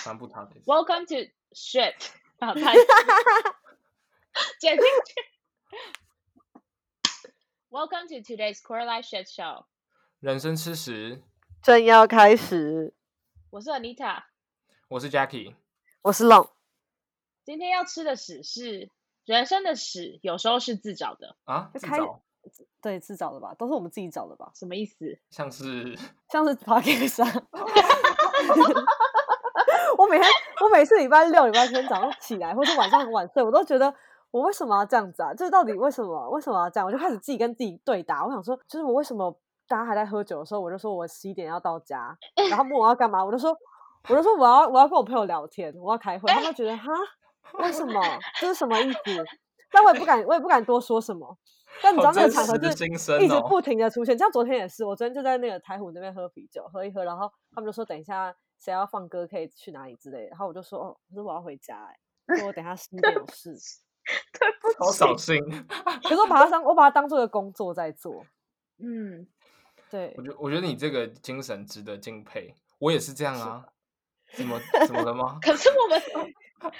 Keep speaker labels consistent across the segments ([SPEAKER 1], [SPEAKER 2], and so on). [SPEAKER 1] 三步堂的意思。
[SPEAKER 2] Welcome to shit 啊，拍剪进去。Welcome to today's Coraline Shit Show。
[SPEAKER 1] 人生吃屎，
[SPEAKER 3] 正要开始，
[SPEAKER 2] 我是 Anita，
[SPEAKER 1] 我是 Jackie。
[SPEAKER 3] 我是龙，
[SPEAKER 2] 今天要吃的屎是人生的屎，有时候是自找的，
[SPEAKER 1] 啊，
[SPEAKER 3] 就
[SPEAKER 1] 自
[SPEAKER 3] 开
[SPEAKER 1] 找，
[SPEAKER 3] 对，自找的吧，都是我们自己找的吧，
[SPEAKER 2] 什么意思？
[SPEAKER 1] 像 是
[SPEAKER 3] 像是 p o d c a s 啊。我每天，我每次礼拜六、礼拜天早上起来，或者晚上很晚睡，我都觉得我为什么要这样子啊？这到底为什么？为什么要这样？我就开始自己跟自己对答。我想说，就是我为什么大家还在喝酒的时候，我就说我十一点要到家，然后他们问我要干嘛，我就说，我就说我要我要跟我朋友聊天，我要开会。他们觉得哈，为什么？这是什么意思？但我也不敢，我也不敢多说什么。但你知道
[SPEAKER 1] 好
[SPEAKER 3] 那个
[SPEAKER 1] 真
[SPEAKER 3] 场合
[SPEAKER 1] 实
[SPEAKER 3] 就
[SPEAKER 1] 的
[SPEAKER 3] 是
[SPEAKER 1] 心声
[SPEAKER 3] 一直
[SPEAKER 1] 哦。
[SPEAKER 3] 不停的出现。像昨天也是，我昨天就在那个台虎那边喝啤酒，喝一喝，然后他们就说等一下谁要放歌可以去哪里之类的，然后我就说哦，可是我要回家哎、欸，说我等一下十一点有 事，
[SPEAKER 2] 对不
[SPEAKER 1] 好扫兴，
[SPEAKER 3] 可是我把它当我把它当做一个工作在做，
[SPEAKER 2] 嗯，？
[SPEAKER 3] 对
[SPEAKER 1] 我，觉我觉得你这个精神值得敬佩，我也是这样啊。怎 么怎么了吗
[SPEAKER 2] 可是我们，可是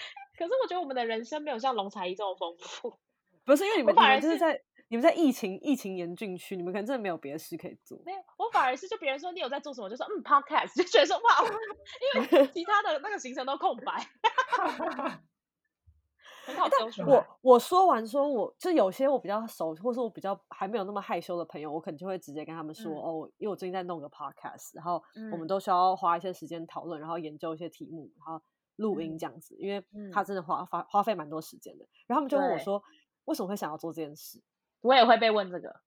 [SPEAKER 2] 我觉得我们的人生没有像龙才一这么丰富。
[SPEAKER 3] 不是因为你
[SPEAKER 2] 我
[SPEAKER 3] 们你
[SPEAKER 2] 反而
[SPEAKER 3] 们就是
[SPEAKER 2] 是
[SPEAKER 3] 在你们在疫情疫情严峻区，你们可能真的没有别的事可以做。
[SPEAKER 2] 没有，我反而是就别人说你有在做什么，我就说嗯 podcast，就觉得说哇，因为其他的那个行程都空白，很好搜寻。
[SPEAKER 3] 我我说完说我，就有些我比较熟，或是我比较还没有那么害羞的朋友，我可能就会直接跟他们说、
[SPEAKER 2] 嗯
[SPEAKER 3] 哦，因为我最近在弄个 podcast，然后我们
[SPEAKER 2] 嗯
[SPEAKER 3] 都需要花一些时间讨论，然后研究一些题目，然后录音这样子，因为他
[SPEAKER 2] 嗯
[SPEAKER 3] 真的花花花费蛮多时间的。然后他们就问我
[SPEAKER 2] 对
[SPEAKER 3] 说，为什么会想要做这件事？
[SPEAKER 2] 我也会被问这个，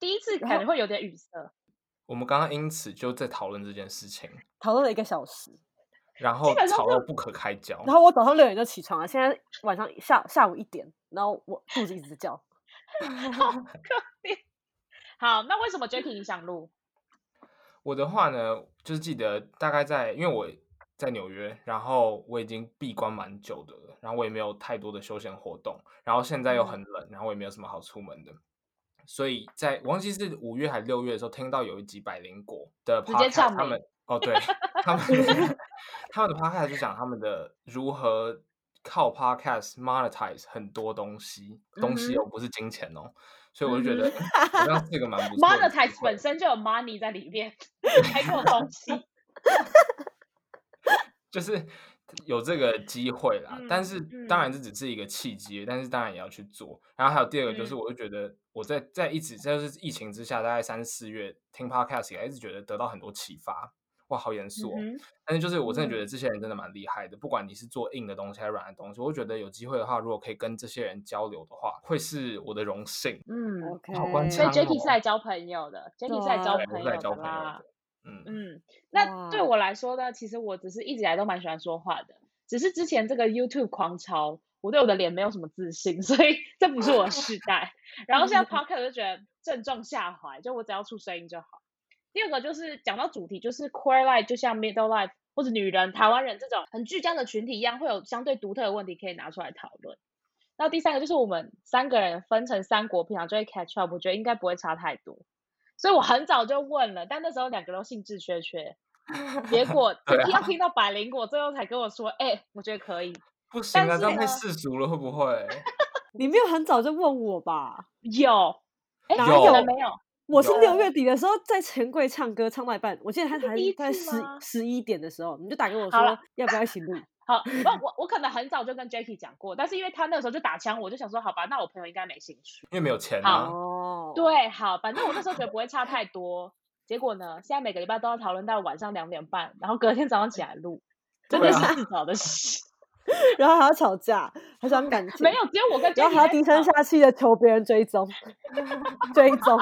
[SPEAKER 2] 第一次
[SPEAKER 3] 然
[SPEAKER 2] 感
[SPEAKER 3] 后
[SPEAKER 2] 觉会有点语塞。
[SPEAKER 1] 我们刚刚因此就在讨论这件事情，
[SPEAKER 3] 讨论了一个小时，
[SPEAKER 1] 然后
[SPEAKER 2] 本上
[SPEAKER 1] 吵到
[SPEAKER 2] 就
[SPEAKER 1] 不可开交。
[SPEAKER 3] 然后我早上六点就起床了，现在晚上下下午一点，然后我肚子一直叫。
[SPEAKER 2] 好，那为什么 Jacky 你想录？
[SPEAKER 1] 我的话呢，就是记得大概在，因为我在纽约，然后我已经闭关蛮久的了，然后我也没有太多的休闲活动，然后现在又
[SPEAKER 2] 嗯
[SPEAKER 1] 很冷，然后我也没有什么好出门的，所以在我忘记是五月还是六月的时候，听到有一集百灵果的
[SPEAKER 2] 直接
[SPEAKER 1] podcast，
[SPEAKER 2] 呛
[SPEAKER 1] 他
[SPEAKER 2] 你
[SPEAKER 1] 们哦对，他 们他们的 podcast 就讲他们的如何靠 podcast monetize 很多东西，东
[SPEAKER 2] 嗯
[SPEAKER 1] 西哦不是金钱哦，所以我就觉得、嗯好像是一个蛮不错的机
[SPEAKER 2] monetize
[SPEAKER 1] 会
[SPEAKER 2] 本身就有 money 在里 面，还给我东西。
[SPEAKER 1] 就是有这个机会啦。但
[SPEAKER 2] 嗯
[SPEAKER 1] 是
[SPEAKER 2] 嗯
[SPEAKER 1] 当然这只是一个契机，但是当然也要去做。然后还有第二个就是，
[SPEAKER 2] 嗯
[SPEAKER 1] 我就觉得我在在一直在就是疫情之下，大概三四月听 podcast 以来，一直觉得得到很多启发。哇，好严肃哦！
[SPEAKER 2] 嗯哼
[SPEAKER 1] 但是就是我真的觉
[SPEAKER 2] 嗯
[SPEAKER 1] 得这些人真的蛮厉害的，不管你是做硬的东西还是软的东西，我就觉得有机会的话，如果可以跟这些人交流的话，会是我的荣幸。
[SPEAKER 2] 嗯，
[SPEAKER 3] OK，
[SPEAKER 1] 好关
[SPEAKER 2] 所
[SPEAKER 1] 枪
[SPEAKER 2] 以 Jacky 是
[SPEAKER 1] 哦
[SPEAKER 2] 来交朋友的，Jacky 是来交
[SPEAKER 1] 对，我
[SPEAKER 2] 朋
[SPEAKER 1] 是来
[SPEAKER 2] 友
[SPEAKER 1] 交
[SPEAKER 2] 的
[SPEAKER 1] 朋友
[SPEAKER 2] 啦
[SPEAKER 1] 的。。嗯，
[SPEAKER 2] 嗯，那对
[SPEAKER 3] 哇
[SPEAKER 2] 我来说呢，其实我只是一直以来都蛮喜欢说话的，只是之前这个 YouTube 狂潮，我对我的脸没有什么自信， 所以这不是我的世代。然后现在 Podcast 就觉得正中下怀，就我只要出声音就好。第二个就是讲到主题，就是 queer life，就像 middle life 或者女人、台湾人这种很巨僵的群体一样，会有相对独特的问题可以拿出来讨论。那第三个就是我们三个人分成三国，平常就会 catch up，我觉得应该不会差太多。所以我很早就问了，但那时候两个都兴致缺缺，结果
[SPEAKER 1] 对啊
[SPEAKER 2] 一定要听到百灵果最后才跟我说，哎、我觉得可以，
[SPEAKER 1] 不行啊，
[SPEAKER 2] 但
[SPEAKER 1] 这样
[SPEAKER 2] 是
[SPEAKER 1] 太
[SPEAKER 2] 呢
[SPEAKER 1] 世俗了，会不会？
[SPEAKER 3] 你没有很早就问我吧？
[SPEAKER 2] 有，哎、
[SPEAKER 3] 哪
[SPEAKER 2] 可能
[SPEAKER 3] 有
[SPEAKER 2] 没有，
[SPEAKER 3] 我是
[SPEAKER 1] 有
[SPEAKER 3] 六月底的时候在钱柜唱歌，唱到一半，我记得他
[SPEAKER 2] 是
[SPEAKER 3] 还
[SPEAKER 2] 第一
[SPEAKER 3] 在
[SPEAKER 2] 次
[SPEAKER 3] 十
[SPEAKER 2] 吗
[SPEAKER 3] 十一点的时候，你就打给我
[SPEAKER 2] 好了
[SPEAKER 3] 说要不要一起录。
[SPEAKER 2] 好，不，我我可能很早就跟 Jacky 讲过，但是因为他那个时候就打枪，我就想说，好吧，那我朋友应该没兴趣。
[SPEAKER 1] 因为没有钱
[SPEAKER 2] 好
[SPEAKER 1] 啊。
[SPEAKER 3] 哦，
[SPEAKER 2] 对，好，反正我那时候觉得不会差太多。结果呢，现在每个礼拜都要讨论到晚上两点半，然后隔天早上起来录，真
[SPEAKER 1] 对
[SPEAKER 2] 的
[SPEAKER 1] 啊
[SPEAKER 2] 是自找的事。
[SPEAKER 3] 然后还要吵架，还伤感情，
[SPEAKER 2] 没有，只有我跟 Jacky
[SPEAKER 3] 然后还要
[SPEAKER 2] 在
[SPEAKER 3] 低声
[SPEAKER 2] 吵
[SPEAKER 3] 下气的求别人追 踪，追踪。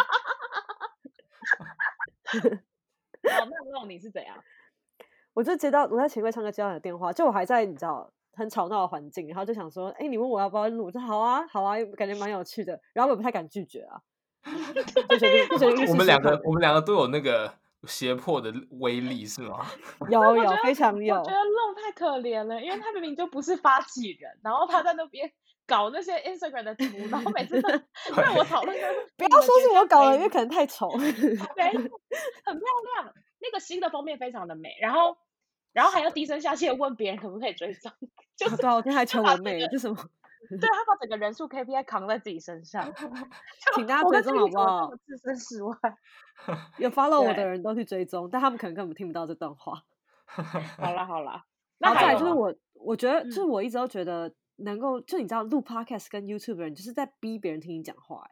[SPEAKER 2] 哦那那种你是怎样？
[SPEAKER 3] 我就接到我在前柜唱歌接到你的电话，就我还在你知道很吵闹的环境，然后就想说，哎、你问我要不要录，我说好啊，好啊，感觉蛮有趣的，然后我也不太敢拒绝啊，就觉得就觉得
[SPEAKER 1] 我们两个，我们两个都有那个胁迫的威力，是吗？
[SPEAKER 3] 有
[SPEAKER 2] 我觉
[SPEAKER 3] 有
[SPEAKER 2] 得
[SPEAKER 3] 非常有
[SPEAKER 2] 我觉，得露太可怜了，因为他明明就不是发起人，然后他在那边搞那些 Instagram 的图，然后每 次都让我讨论说，
[SPEAKER 3] 不要说是我搞的，因
[SPEAKER 2] 因为
[SPEAKER 3] 为可能太丑。
[SPEAKER 2] 没有，很漂亮，那个新的封面非常的美。然后然后还要低声下气的问别人可不可以追 踪，就
[SPEAKER 3] 啊
[SPEAKER 2] 是
[SPEAKER 3] 对啊，我今天还全
[SPEAKER 2] 把
[SPEAKER 3] 文
[SPEAKER 2] 这
[SPEAKER 3] 美，这什么？
[SPEAKER 2] 对啊他把整个人数 KPI 扛在自己身上， 就
[SPEAKER 3] 请大家
[SPEAKER 2] 我
[SPEAKER 3] 追
[SPEAKER 2] 跟
[SPEAKER 3] 踪
[SPEAKER 2] 自己
[SPEAKER 3] 好
[SPEAKER 2] 怎么
[SPEAKER 3] 不
[SPEAKER 2] 这
[SPEAKER 3] 好
[SPEAKER 2] 么置身事外。
[SPEAKER 3] 有 follow 我的
[SPEAKER 2] 对
[SPEAKER 3] 人都去追踪，但他们可能根本听不到这段话。
[SPEAKER 2] 好啦好 啦，那
[SPEAKER 3] 然后
[SPEAKER 2] 还
[SPEAKER 3] 再
[SPEAKER 2] 有
[SPEAKER 3] 来就是
[SPEAKER 2] 吗
[SPEAKER 3] 我，我觉得就是
[SPEAKER 2] 嗯
[SPEAKER 3] 我一直都觉得能够，就你知道录 podcast 跟 YouTube 的人就是在逼别人听你讲话、欸，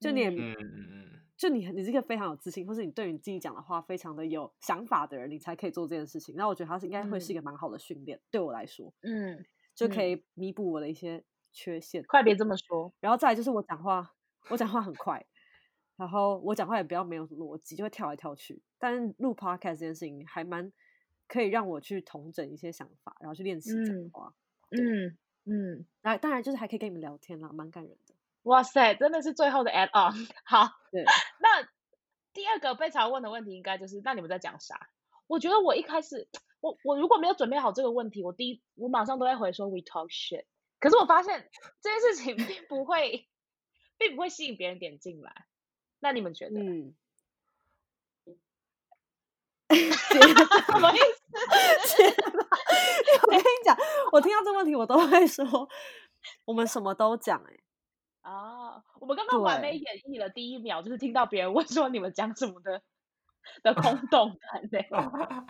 [SPEAKER 3] 就你也、
[SPEAKER 2] 嗯
[SPEAKER 1] 嗯 嗯嗯，
[SPEAKER 3] 就你你是一个非常有自信，或是你对你自己讲的话非常的有想法的人，你才可以做这件事情。那我觉得它是应该会是一个蛮好的训练，对我来说
[SPEAKER 2] 嗯，
[SPEAKER 3] 就可
[SPEAKER 2] 嗯
[SPEAKER 3] 以弥补我的一些缺陷。
[SPEAKER 2] 快别这么说，
[SPEAKER 3] 然后再来就是我讲话，我讲话很快，然后我讲话也比较没有逻辑，就会跳来跳去。但是录 podcast 这件事情还蛮可以让我去统整一些想法，然后去练习讲
[SPEAKER 2] 嗯
[SPEAKER 3] 话。
[SPEAKER 2] 嗯嗯，
[SPEAKER 3] 那、当然就是还可以跟你们聊天啦，蛮感人的。
[SPEAKER 2] 哇塞，真的是最后的 add on。好，
[SPEAKER 3] 对，
[SPEAKER 2] 那第二个被常问的问题应该就是，那你们在讲啥？我觉得我一开始，我我如果没有准备好这个问题，我第一我马上都会回说 we talk shit。可是我发 现这件事情并不会，并不会吸引别人点进来。那你们觉得、
[SPEAKER 3] 嗯，
[SPEAKER 2] 什 么意思？
[SPEAKER 3] 我跟你讲，我听到这个问题，我都会说，我们什么都讲、欸，
[SPEAKER 2] 啊、我们刚刚完美
[SPEAKER 3] 对
[SPEAKER 2] 演绎了第一秒，就是听到别人问说你们讲什么的 的空 洞感呢、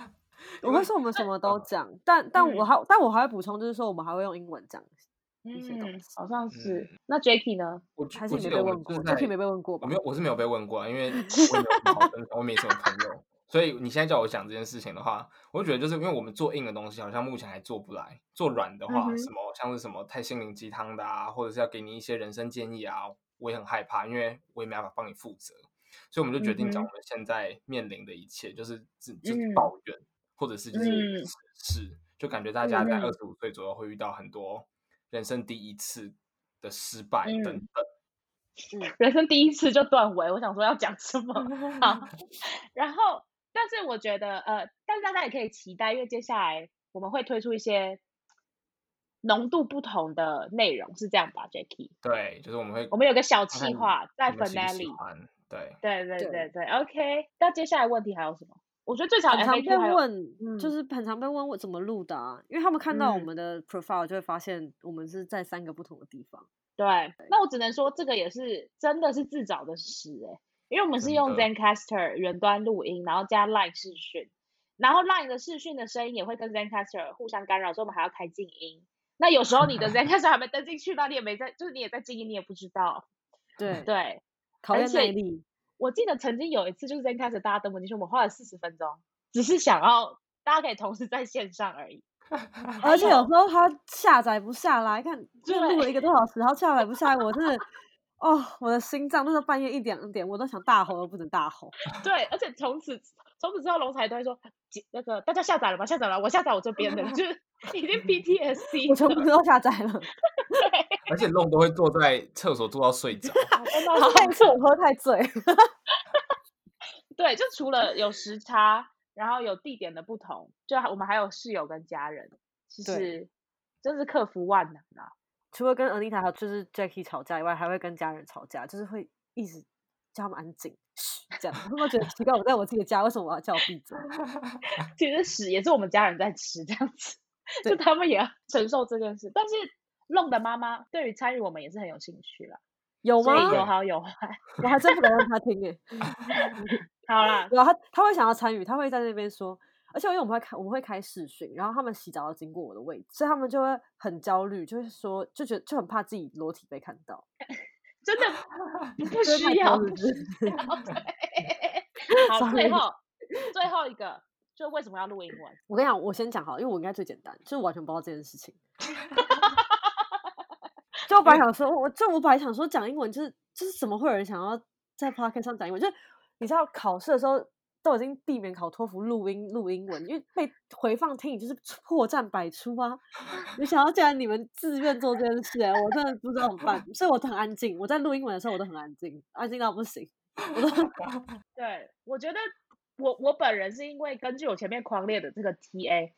[SPEAKER 3] 我会说我们什么都讲，但但我
[SPEAKER 2] 嗯
[SPEAKER 3] 还但我还会补充，就是说我们还会用英文讲一些东
[SPEAKER 2] 嗯
[SPEAKER 3] 西，。
[SPEAKER 2] 好像是。
[SPEAKER 1] 嗯
[SPEAKER 2] 那 Jacky 呢？
[SPEAKER 1] 我记
[SPEAKER 3] 还是
[SPEAKER 1] 我
[SPEAKER 3] 你
[SPEAKER 1] 记
[SPEAKER 3] 没
[SPEAKER 1] 得
[SPEAKER 3] 被
[SPEAKER 1] 我
[SPEAKER 3] 问
[SPEAKER 1] 们就
[SPEAKER 3] 过
[SPEAKER 1] 是在
[SPEAKER 3] ，Jacky 没被问过
[SPEAKER 1] 我
[SPEAKER 3] 吧
[SPEAKER 1] 没？有，我是没有被问过啊，因为我也没有什么好分享我没什么朋 友，所以你现在叫我讲这件事情的话，我就觉得就是因为我们做硬的东西好像目前还做不来，做软的
[SPEAKER 2] 嗯
[SPEAKER 1] 话，
[SPEAKER 2] 哼
[SPEAKER 1] 什么像是什么太心灵鸡汤的啊，或者是要给你一些人生建议啊，我也很害怕，因为我也没办法帮你负责，所以我们就决定讲
[SPEAKER 2] 嗯
[SPEAKER 1] 我们现在面临的一切，就是只就是
[SPEAKER 2] 嗯
[SPEAKER 1] 抱怨，或者是就是
[SPEAKER 2] 嗯
[SPEAKER 1] 是、就感觉大家在
[SPEAKER 2] 嗯嗯
[SPEAKER 1] 二十五岁左右会遇到很多人生第一次的失败等等。
[SPEAKER 2] 嗯人生第一次就断尾，我想说要讲什么 好，然后但是我觉得呃，但是大家也可以期待，因为接下来我们会推出一些浓度不同的内容，是这样吧，Jacky？
[SPEAKER 1] 对，就是我们会
[SPEAKER 2] 我们有个小
[SPEAKER 1] 看看你
[SPEAKER 2] 计划在
[SPEAKER 1] 你们喜不喜
[SPEAKER 2] Finale，
[SPEAKER 1] 欢对，
[SPEAKER 2] 对对
[SPEAKER 3] 对
[SPEAKER 2] 对对，OK。那接下来问题还有什么？我觉得最常
[SPEAKER 3] 很常
[SPEAKER 2] FAQ
[SPEAKER 3] 被
[SPEAKER 2] 还有
[SPEAKER 3] 问，就
[SPEAKER 2] 嗯
[SPEAKER 3] 是很常被问我怎么录的啊，因为他们看到我
[SPEAKER 2] 嗯
[SPEAKER 3] 们的 profile 就会发现我们是在三个不同的地 方。
[SPEAKER 2] 对，那我只能说这个也是真的是自找的事哎、因为我们是
[SPEAKER 1] 真
[SPEAKER 2] 用
[SPEAKER 1] 的
[SPEAKER 2] ZenCaster 远端录音，然后加 Line 视讯，然后 Line 的视讯的声音也会跟 ZenCaster 互相干扰，所以我们还要开静音。那有时候 你的 ZenCaster 还没登进去，那你也没在，就是你也在静音，你也不知道。
[SPEAKER 3] 对，
[SPEAKER 2] 对，
[SPEAKER 3] 考
[SPEAKER 2] 而
[SPEAKER 3] 验
[SPEAKER 2] 且
[SPEAKER 3] 耐力。我
[SPEAKER 2] 我记得曾经有一次就是 ZenCaster 大家登不进去，我们花了四十分钟，只是想要大家可以同时在线上而已。
[SPEAKER 3] 而且有
[SPEAKER 2] 有
[SPEAKER 3] 时候它下载不下来，看就录了
[SPEAKER 2] 对
[SPEAKER 3] 一个多小时，然后下载不下来，我真的，哦，我的心脏那时候半夜一两点，我都想大吼都不能大吼。
[SPEAKER 2] 对，而且从此从此之后，龙才都会说姐那个大家下载了吗？下载了，我下载我这边的， 就是已经 PTSD
[SPEAKER 3] 我全部
[SPEAKER 2] 了
[SPEAKER 3] 都下载 了，
[SPEAKER 1] 而且弄都会坐在厕所坐到睡 着，
[SPEAKER 2] 真的
[SPEAKER 3] 但是那一次我喝太醉，
[SPEAKER 2] 对，就除了有时差，然后有地点的不同，就还我们还有室友跟家人，其
[SPEAKER 3] 对
[SPEAKER 2] 实真是克服万难啊。
[SPEAKER 3] 除了跟 Anita 还有就是 Jackie 吵架以外，还会跟家人吵架，就是会一直叫他们安静，嘘这样。我 会不会觉得奇怪？我在我自己的家，为什么我要叫我 闭嘴？
[SPEAKER 2] 其实屎也是我们家人在吃，这样子，就
[SPEAKER 3] 对
[SPEAKER 2] 他们也要承受这件事。但是弄的妈妈对于参与我们也是很有兴趣啦，
[SPEAKER 3] 有
[SPEAKER 2] 所
[SPEAKER 3] 吗
[SPEAKER 2] 以？有
[SPEAKER 1] 对
[SPEAKER 2] 好有坏。
[SPEAKER 3] 我还真不敢让他听诶、
[SPEAKER 2] 好啦，
[SPEAKER 3] 对啊，他他会想要参与，他会在那边说，而且因为我们会开我们会开视讯，然后他们洗澡要经过我的位置，所以他们就会很焦虑，就是说就觉得就很怕自己裸体被看到，
[SPEAKER 2] 真的不
[SPEAKER 3] 就是太
[SPEAKER 2] 需要，
[SPEAKER 3] 焦虑
[SPEAKER 2] 不需要。对，好，最
[SPEAKER 3] Sorry
[SPEAKER 2] 后最后一个，就为什么要录英文？
[SPEAKER 3] 我跟你讲，我先讲好了，因为我应该最简单，就是完全不知道这件事 情。就我本来想说，我就我本来想说讲英文，就是就是怎么会有人想要在 p o c a s t 上讲英文？就是你知道考试的时候都已经避免考托福录音录英文，因为被回放听，你就是破绽百出啊！你想要既然你们自愿做这件事、欸，我真的不知道怎么办，所以我都很安静。我在录英文的时候，我都很安静，安静到不行。
[SPEAKER 2] 对，我觉得我我本人是因为根据我前面狂列的这个 TA，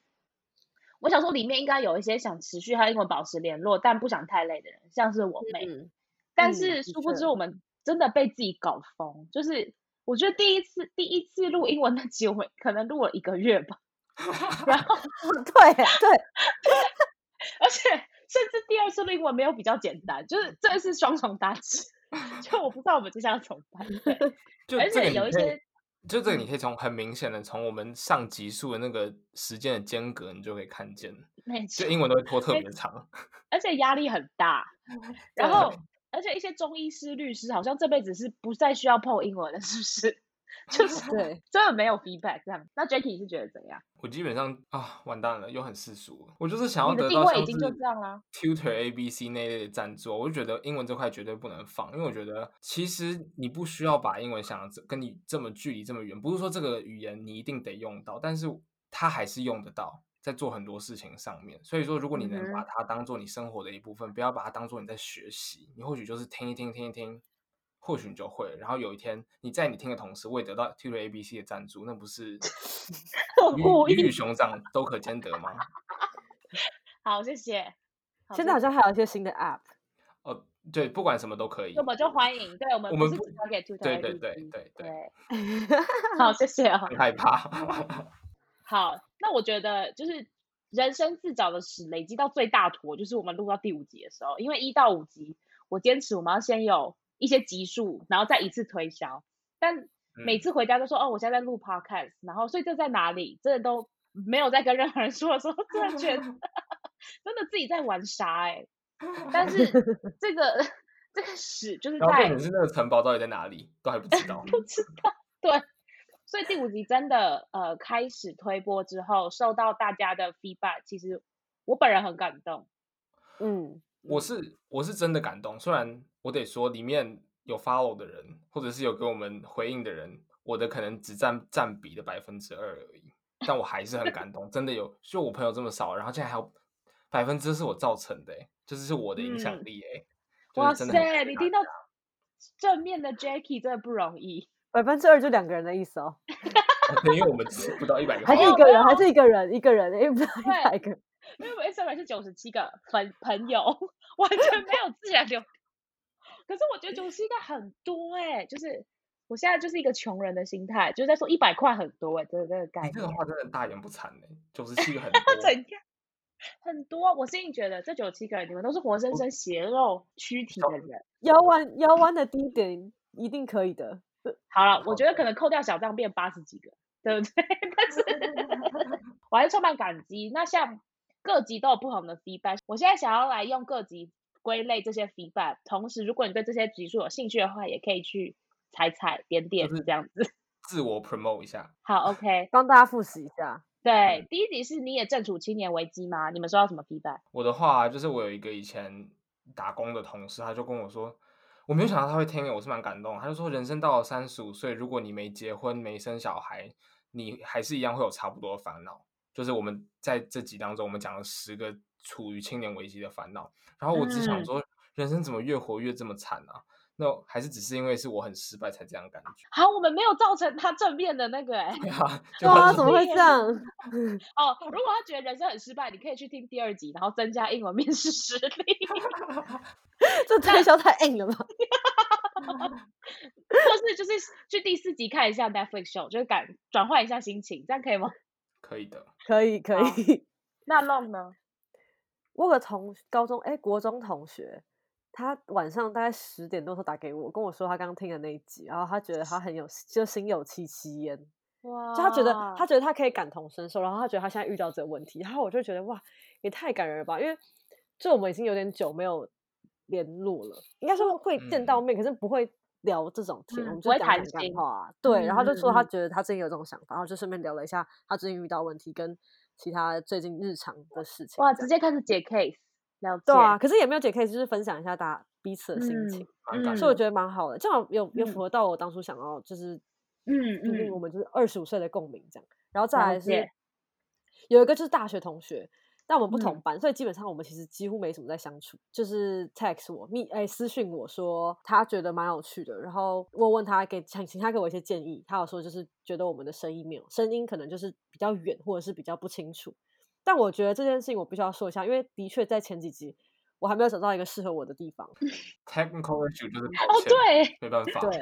[SPEAKER 2] 我想说里面应该有一些想持续和英文保持联络，但不想太累的人，像是我妹。
[SPEAKER 3] 嗯，嗯
[SPEAKER 2] 但是
[SPEAKER 3] 的
[SPEAKER 2] 殊不知
[SPEAKER 3] 确
[SPEAKER 2] 我们真的被自己搞疯，就是我觉得第一次第一次录英文那集，我们可能录了一个月吧，
[SPEAKER 3] 对对，
[SPEAKER 2] 而且甚至第二次录英文没有比较简单，就是这是双重打击。 就我不知道我们接下来怎么 办。对
[SPEAKER 1] 就
[SPEAKER 2] 而
[SPEAKER 1] 这个
[SPEAKER 2] 且
[SPEAKER 1] 你
[SPEAKER 2] 有一
[SPEAKER 1] 可以
[SPEAKER 2] 些，嗯
[SPEAKER 1] 就这个你可以从很明显的从我们上集数的那个时间的间隔，你就可以看见，
[SPEAKER 2] 没
[SPEAKER 1] 就
[SPEAKER 2] 错
[SPEAKER 1] 英文都会拖特
[SPEAKER 2] 没
[SPEAKER 1] 别长。
[SPEAKER 2] 而且压力很大。
[SPEAKER 1] 嗯
[SPEAKER 2] 然
[SPEAKER 3] 对
[SPEAKER 2] 后，而且一些中医师、律师好像这辈子是不再需要碰英文了，是不是？ 就是
[SPEAKER 3] 对，
[SPEAKER 2] 真的没有 feedback 这样。那 Jacky 你是觉得怎样？
[SPEAKER 1] 我基本上啊，完蛋了，又很世俗了。我就是想要
[SPEAKER 2] 你的
[SPEAKER 1] 得
[SPEAKER 2] 定
[SPEAKER 1] 到
[SPEAKER 2] 位
[SPEAKER 1] 像是
[SPEAKER 2] 已经就这样啦
[SPEAKER 1] Tutor ABC 那类的赞助，我就觉得英文这块绝对不能放，因为我觉得其实你不需要把英文想的跟你这么距离这么远，不是说这个语言你一定得用到，但是它还是用得到。在做很多事情上面，所以说，如果你能把
[SPEAKER 2] 嗯
[SPEAKER 1] 它当做你生活的一部分，不要把它当做你在学习，你或许就是听一听，听一听，或许你就会了。然后有一天，你在你听的同时，我也得到 Tutor ABC 的赞助，那不是
[SPEAKER 2] 我
[SPEAKER 1] 鱼
[SPEAKER 2] 故
[SPEAKER 1] 鱼与
[SPEAKER 2] 意。
[SPEAKER 1] 熊掌都可兼得吗？
[SPEAKER 2] 好，谢谢。好
[SPEAKER 3] 现在好
[SPEAKER 2] 谢谢
[SPEAKER 3] 像还有一些新的 app，
[SPEAKER 1] 哦，对，不管什么都可以
[SPEAKER 2] 我。们就欢迎，对我们
[SPEAKER 1] 我
[SPEAKER 2] 不
[SPEAKER 1] 们
[SPEAKER 2] 是
[SPEAKER 1] 不
[SPEAKER 2] 只交给 tutor
[SPEAKER 1] 对对
[SPEAKER 2] ABC，
[SPEAKER 1] 对对对
[SPEAKER 2] 对。好，谢谢哦。
[SPEAKER 1] 很害怕。
[SPEAKER 2] 好，那我觉得就是人生自找的屎累积到最大坨，就是我们录到第五集的时候，因为一到五集，我坚持我们要先有一些集数，然后再一次推销。但每
[SPEAKER 1] 嗯
[SPEAKER 2] 次回家都说、哦，我现在在录 podcast，然后所以这在哪里？真的都没有在跟任何人说的时候， 真的觉得真的自己在玩啥哎、但是这个这个屎就是
[SPEAKER 1] 然后
[SPEAKER 2] 在
[SPEAKER 1] 重点是那个城堡到底在哪里，都还不 知道。
[SPEAKER 2] 不知道。对，所以第五集真的呃开始推播之后，受到大家的 feedback，其实我本人很感动。
[SPEAKER 3] 嗯，
[SPEAKER 1] 我是我是真的感动，虽然我得说里面有 follow 的人，或者是有给我们回应的人，我的可能只占占比的百分之二而已，但我还是很感动，真的有，就我朋友这么少，然后竟然还有百分之是我造成的、欸，就是是我的影响
[SPEAKER 2] 嗯
[SPEAKER 1] 力、欸，
[SPEAKER 2] 哇
[SPEAKER 1] 就是真的很
[SPEAKER 2] 塞，
[SPEAKER 1] 感
[SPEAKER 2] 你
[SPEAKER 1] 谢
[SPEAKER 2] 听
[SPEAKER 1] 大
[SPEAKER 2] 到
[SPEAKER 1] 家
[SPEAKER 2] 正面的 Jacky 真的不容易，
[SPEAKER 3] 百分之二就两个人的意思哦，
[SPEAKER 1] 因为我们只不到一百 个
[SPEAKER 3] 还是
[SPEAKER 1] follow，
[SPEAKER 3] 一
[SPEAKER 2] 有
[SPEAKER 3] 个
[SPEAKER 2] 哦没
[SPEAKER 3] 人，还是一个人，一个人，因为不到
[SPEAKER 2] 对
[SPEAKER 3] 一百个，
[SPEAKER 2] 因为我 Instagram 是九十七个粉朋友，完全没有自然流。可是我觉得九十七个很多哎、就是我现在就是一个穷人的心态，就是在说一百块很多哎、欸，就是这个概
[SPEAKER 1] 你
[SPEAKER 2] 念。
[SPEAKER 1] 这个话真的大言不惭呢、欸，九十七个 很多
[SPEAKER 2] 怎。样？很多，我心里觉得这九七个人，你们都是活生
[SPEAKER 1] 哦
[SPEAKER 2] 生血肉躯体的人。
[SPEAKER 3] 腰弯腰弯的低点一定可以 的，
[SPEAKER 2] 好了，我
[SPEAKER 1] 好
[SPEAKER 2] 觉得可能扣掉小账变八十几个，对不对？但是我还是充满感激。那像各级都有不同的 feedback，我现在想要来用各级归类这些 feedback，同时如果你对这些集数有兴趣的话，也可以去踩踩点点
[SPEAKER 1] 是
[SPEAKER 2] 这样子。
[SPEAKER 1] 自我 promote 一下。
[SPEAKER 2] 好，OK，
[SPEAKER 3] 帮大家复习一 下。嗯
[SPEAKER 2] 对，第一集是你也正处青年危机吗？你们收到什么 feedback？
[SPEAKER 1] 我的话就是我有一个以前打工的同事，他就跟我说，我没有想到他会听，我是蛮感动的。他就说，人生到了三十五岁，如果你没结婚、没生小孩，你还是一样会有差不多的烦恼。就是我们在这集当中，我们讲了十个处于青年危机的烦恼。然后我只想
[SPEAKER 2] 嗯
[SPEAKER 1] 说，人生怎么越活越这么惨啊？那还是只是因为是我很失败才这样感觉。
[SPEAKER 2] 好，我们没有造成他正面的那个、欸，
[SPEAKER 1] 对啊， 就
[SPEAKER 3] 对啊，
[SPEAKER 1] 他
[SPEAKER 3] 怎
[SPEAKER 1] 说
[SPEAKER 3] 么会这样？
[SPEAKER 2] 哦，如果他觉得人生很失败，你可以去听第二集，然后增加英文面试实力，
[SPEAKER 3] 这推销太硬了吧？
[SPEAKER 2] 或是就是去第四集看一下 Netflix show，就是感转换一下心情，这样可以吗？
[SPEAKER 1] 可以的。
[SPEAKER 3] 可以可
[SPEAKER 2] 好
[SPEAKER 3] 以。
[SPEAKER 2] 那 Long 呢？
[SPEAKER 3] 我有个同高中哎、国中同学，他晚上大概十点多的时候打给我，跟我说他刚刚听的那一集，然后他觉得他很有就心有戚戚焉，
[SPEAKER 2] 哇
[SPEAKER 3] 就他觉得他
[SPEAKER 2] 哦
[SPEAKER 3] 觉得他可以感同身受，然后他觉得他现在遇到这个问题，然后我就觉得哇，也太感人了吧！因为就我们已经有点久没有联络了，应该说会见到面，可是不会聊这种天，
[SPEAKER 2] 嗯
[SPEAKER 3] 我们
[SPEAKER 2] 不
[SPEAKER 3] 就
[SPEAKER 2] 会
[SPEAKER 3] 讲
[SPEAKER 2] 谈
[SPEAKER 3] 讲干
[SPEAKER 2] 心
[SPEAKER 3] 话、啊。对，然后就
[SPEAKER 2] 嗯
[SPEAKER 3] 说他
[SPEAKER 2] 嗯嗯
[SPEAKER 3] 觉得他最近有这种想法，然后就顺便聊了一下他最近遇到问题跟其他最近日常的事情。
[SPEAKER 2] 哇，
[SPEAKER 3] 这
[SPEAKER 2] 直接
[SPEAKER 3] 样
[SPEAKER 2] 开始解 case，了解。
[SPEAKER 3] 对啊，可是也没有解 K，就是分享一下大家彼此的心
[SPEAKER 2] 嗯
[SPEAKER 3] 情，
[SPEAKER 1] 蛮感
[SPEAKER 2] 嗯
[SPEAKER 3] 所以我觉得蛮好的，正好有
[SPEAKER 2] 嗯
[SPEAKER 3] 有符合到我当初想要就是
[SPEAKER 2] 嗯
[SPEAKER 3] 就是
[SPEAKER 2] 嗯
[SPEAKER 3] 我们就是二十五岁的共鸣这样。然后再
[SPEAKER 2] 了
[SPEAKER 3] 来是
[SPEAKER 2] 解
[SPEAKER 3] 有一个就是大学同学，但我们不同
[SPEAKER 2] 嗯
[SPEAKER 3] 班，所以基本上我们其实几乎没什么在相处。就是 text 我密哎私讯我说他觉得蛮有趣的，然后我问他给请请他给我一些建议，他有说就是觉得我们的声音没有声音可能就是比较远或者是比较不清楚。但我觉得这件事情我必须要说一下，因为的确在前几集我还没有找到一个适合我的地方。
[SPEAKER 1] Technical issue 就是抱
[SPEAKER 2] 哦
[SPEAKER 1] 歉，
[SPEAKER 2] 对，
[SPEAKER 1] 没办法。
[SPEAKER 3] 对，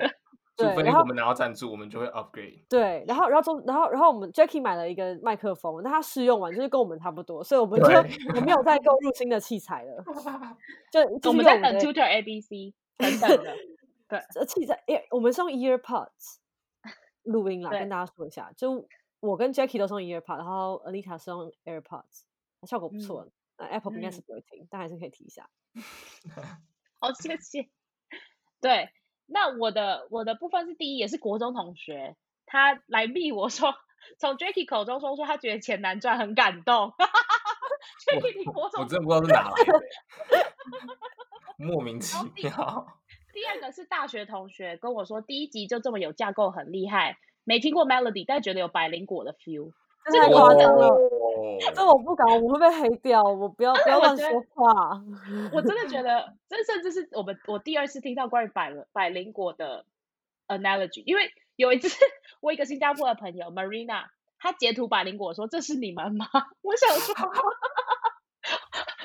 [SPEAKER 1] 除
[SPEAKER 3] 对
[SPEAKER 1] 非
[SPEAKER 3] 然后
[SPEAKER 1] 我们拿到赞助，我们就会 upgrade。
[SPEAKER 3] 对，然后然后中然后然后我们 Jacky 买了一个麦克风，那他试用完就是跟我们差不多，所以我们就
[SPEAKER 1] 对
[SPEAKER 3] 我没有再购入新的器材 了，就
[SPEAKER 2] 我
[SPEAKER 3] 就是
[SPEAKER 2] 们
[SPEAKER 3] 用
[SPEAKER 2] 在等
[SPEAKER 3] 的
[SPEAKER 2] Tutor ABC 等等的。
[SPEAKER 3] 呃器材，诶，我们是用 EarPods 录音啦，
[SPEAKER 2] 对
[SPEAKER 3] 跟大家说一下，就我跟 Jacky 都是用 EarPods，然后 Alita 是用 AirPods，效果不
[SPEAKER 2] 嗯
[SPEAKER 3] 错。那 Apple 应该是不会听，但还是可以提一下。
[SPEAKER 2] 好，谢谢。对，那我的我的部分是第一，也是国中同学，他来密我说，从 Jacky 口中说出他觉得钱难赚，很感动。Jacky，你国
[SPEAKER 1] 我我
[SPEAKER 2] 中
[SPEAKER 1] 真的不知道是哪来的，莫名其
[SPEAKER 2] 后第
[SPEAKER 1] 妙。
[SPEAKER 2] 第二个是大学同学跟我说，第一集就这么有架构，很厉害。没听过 Melody，但觉得有百灵果的 feel。
[SPEAKER 3] 这太
[SPEAKER 2] 个
[SPEAKER 3] 夸
[SPEAKER 2] 我
[SPEAKER 3] 张了，
[SPEAKER 1] 哦
[SPEAKER 3] 这我不敢，我们会被黑掉，我不 要不
[SPEAKER 2] 且
[SPEAKER 3] 要
[SPEAKER 2] 欸我
[SPEAKER 3] 乱
[SPEAKER 2] 觉得
[SPEAKER 3] 说话。
[SPEAKER 2] 我真的觉得，这甚至是我们我第二次听到关于百了百灵果的 analogy，因为有一次我一个新加坡的朋友 Marina，她截图百灵果说这是你们吗？ 我想说，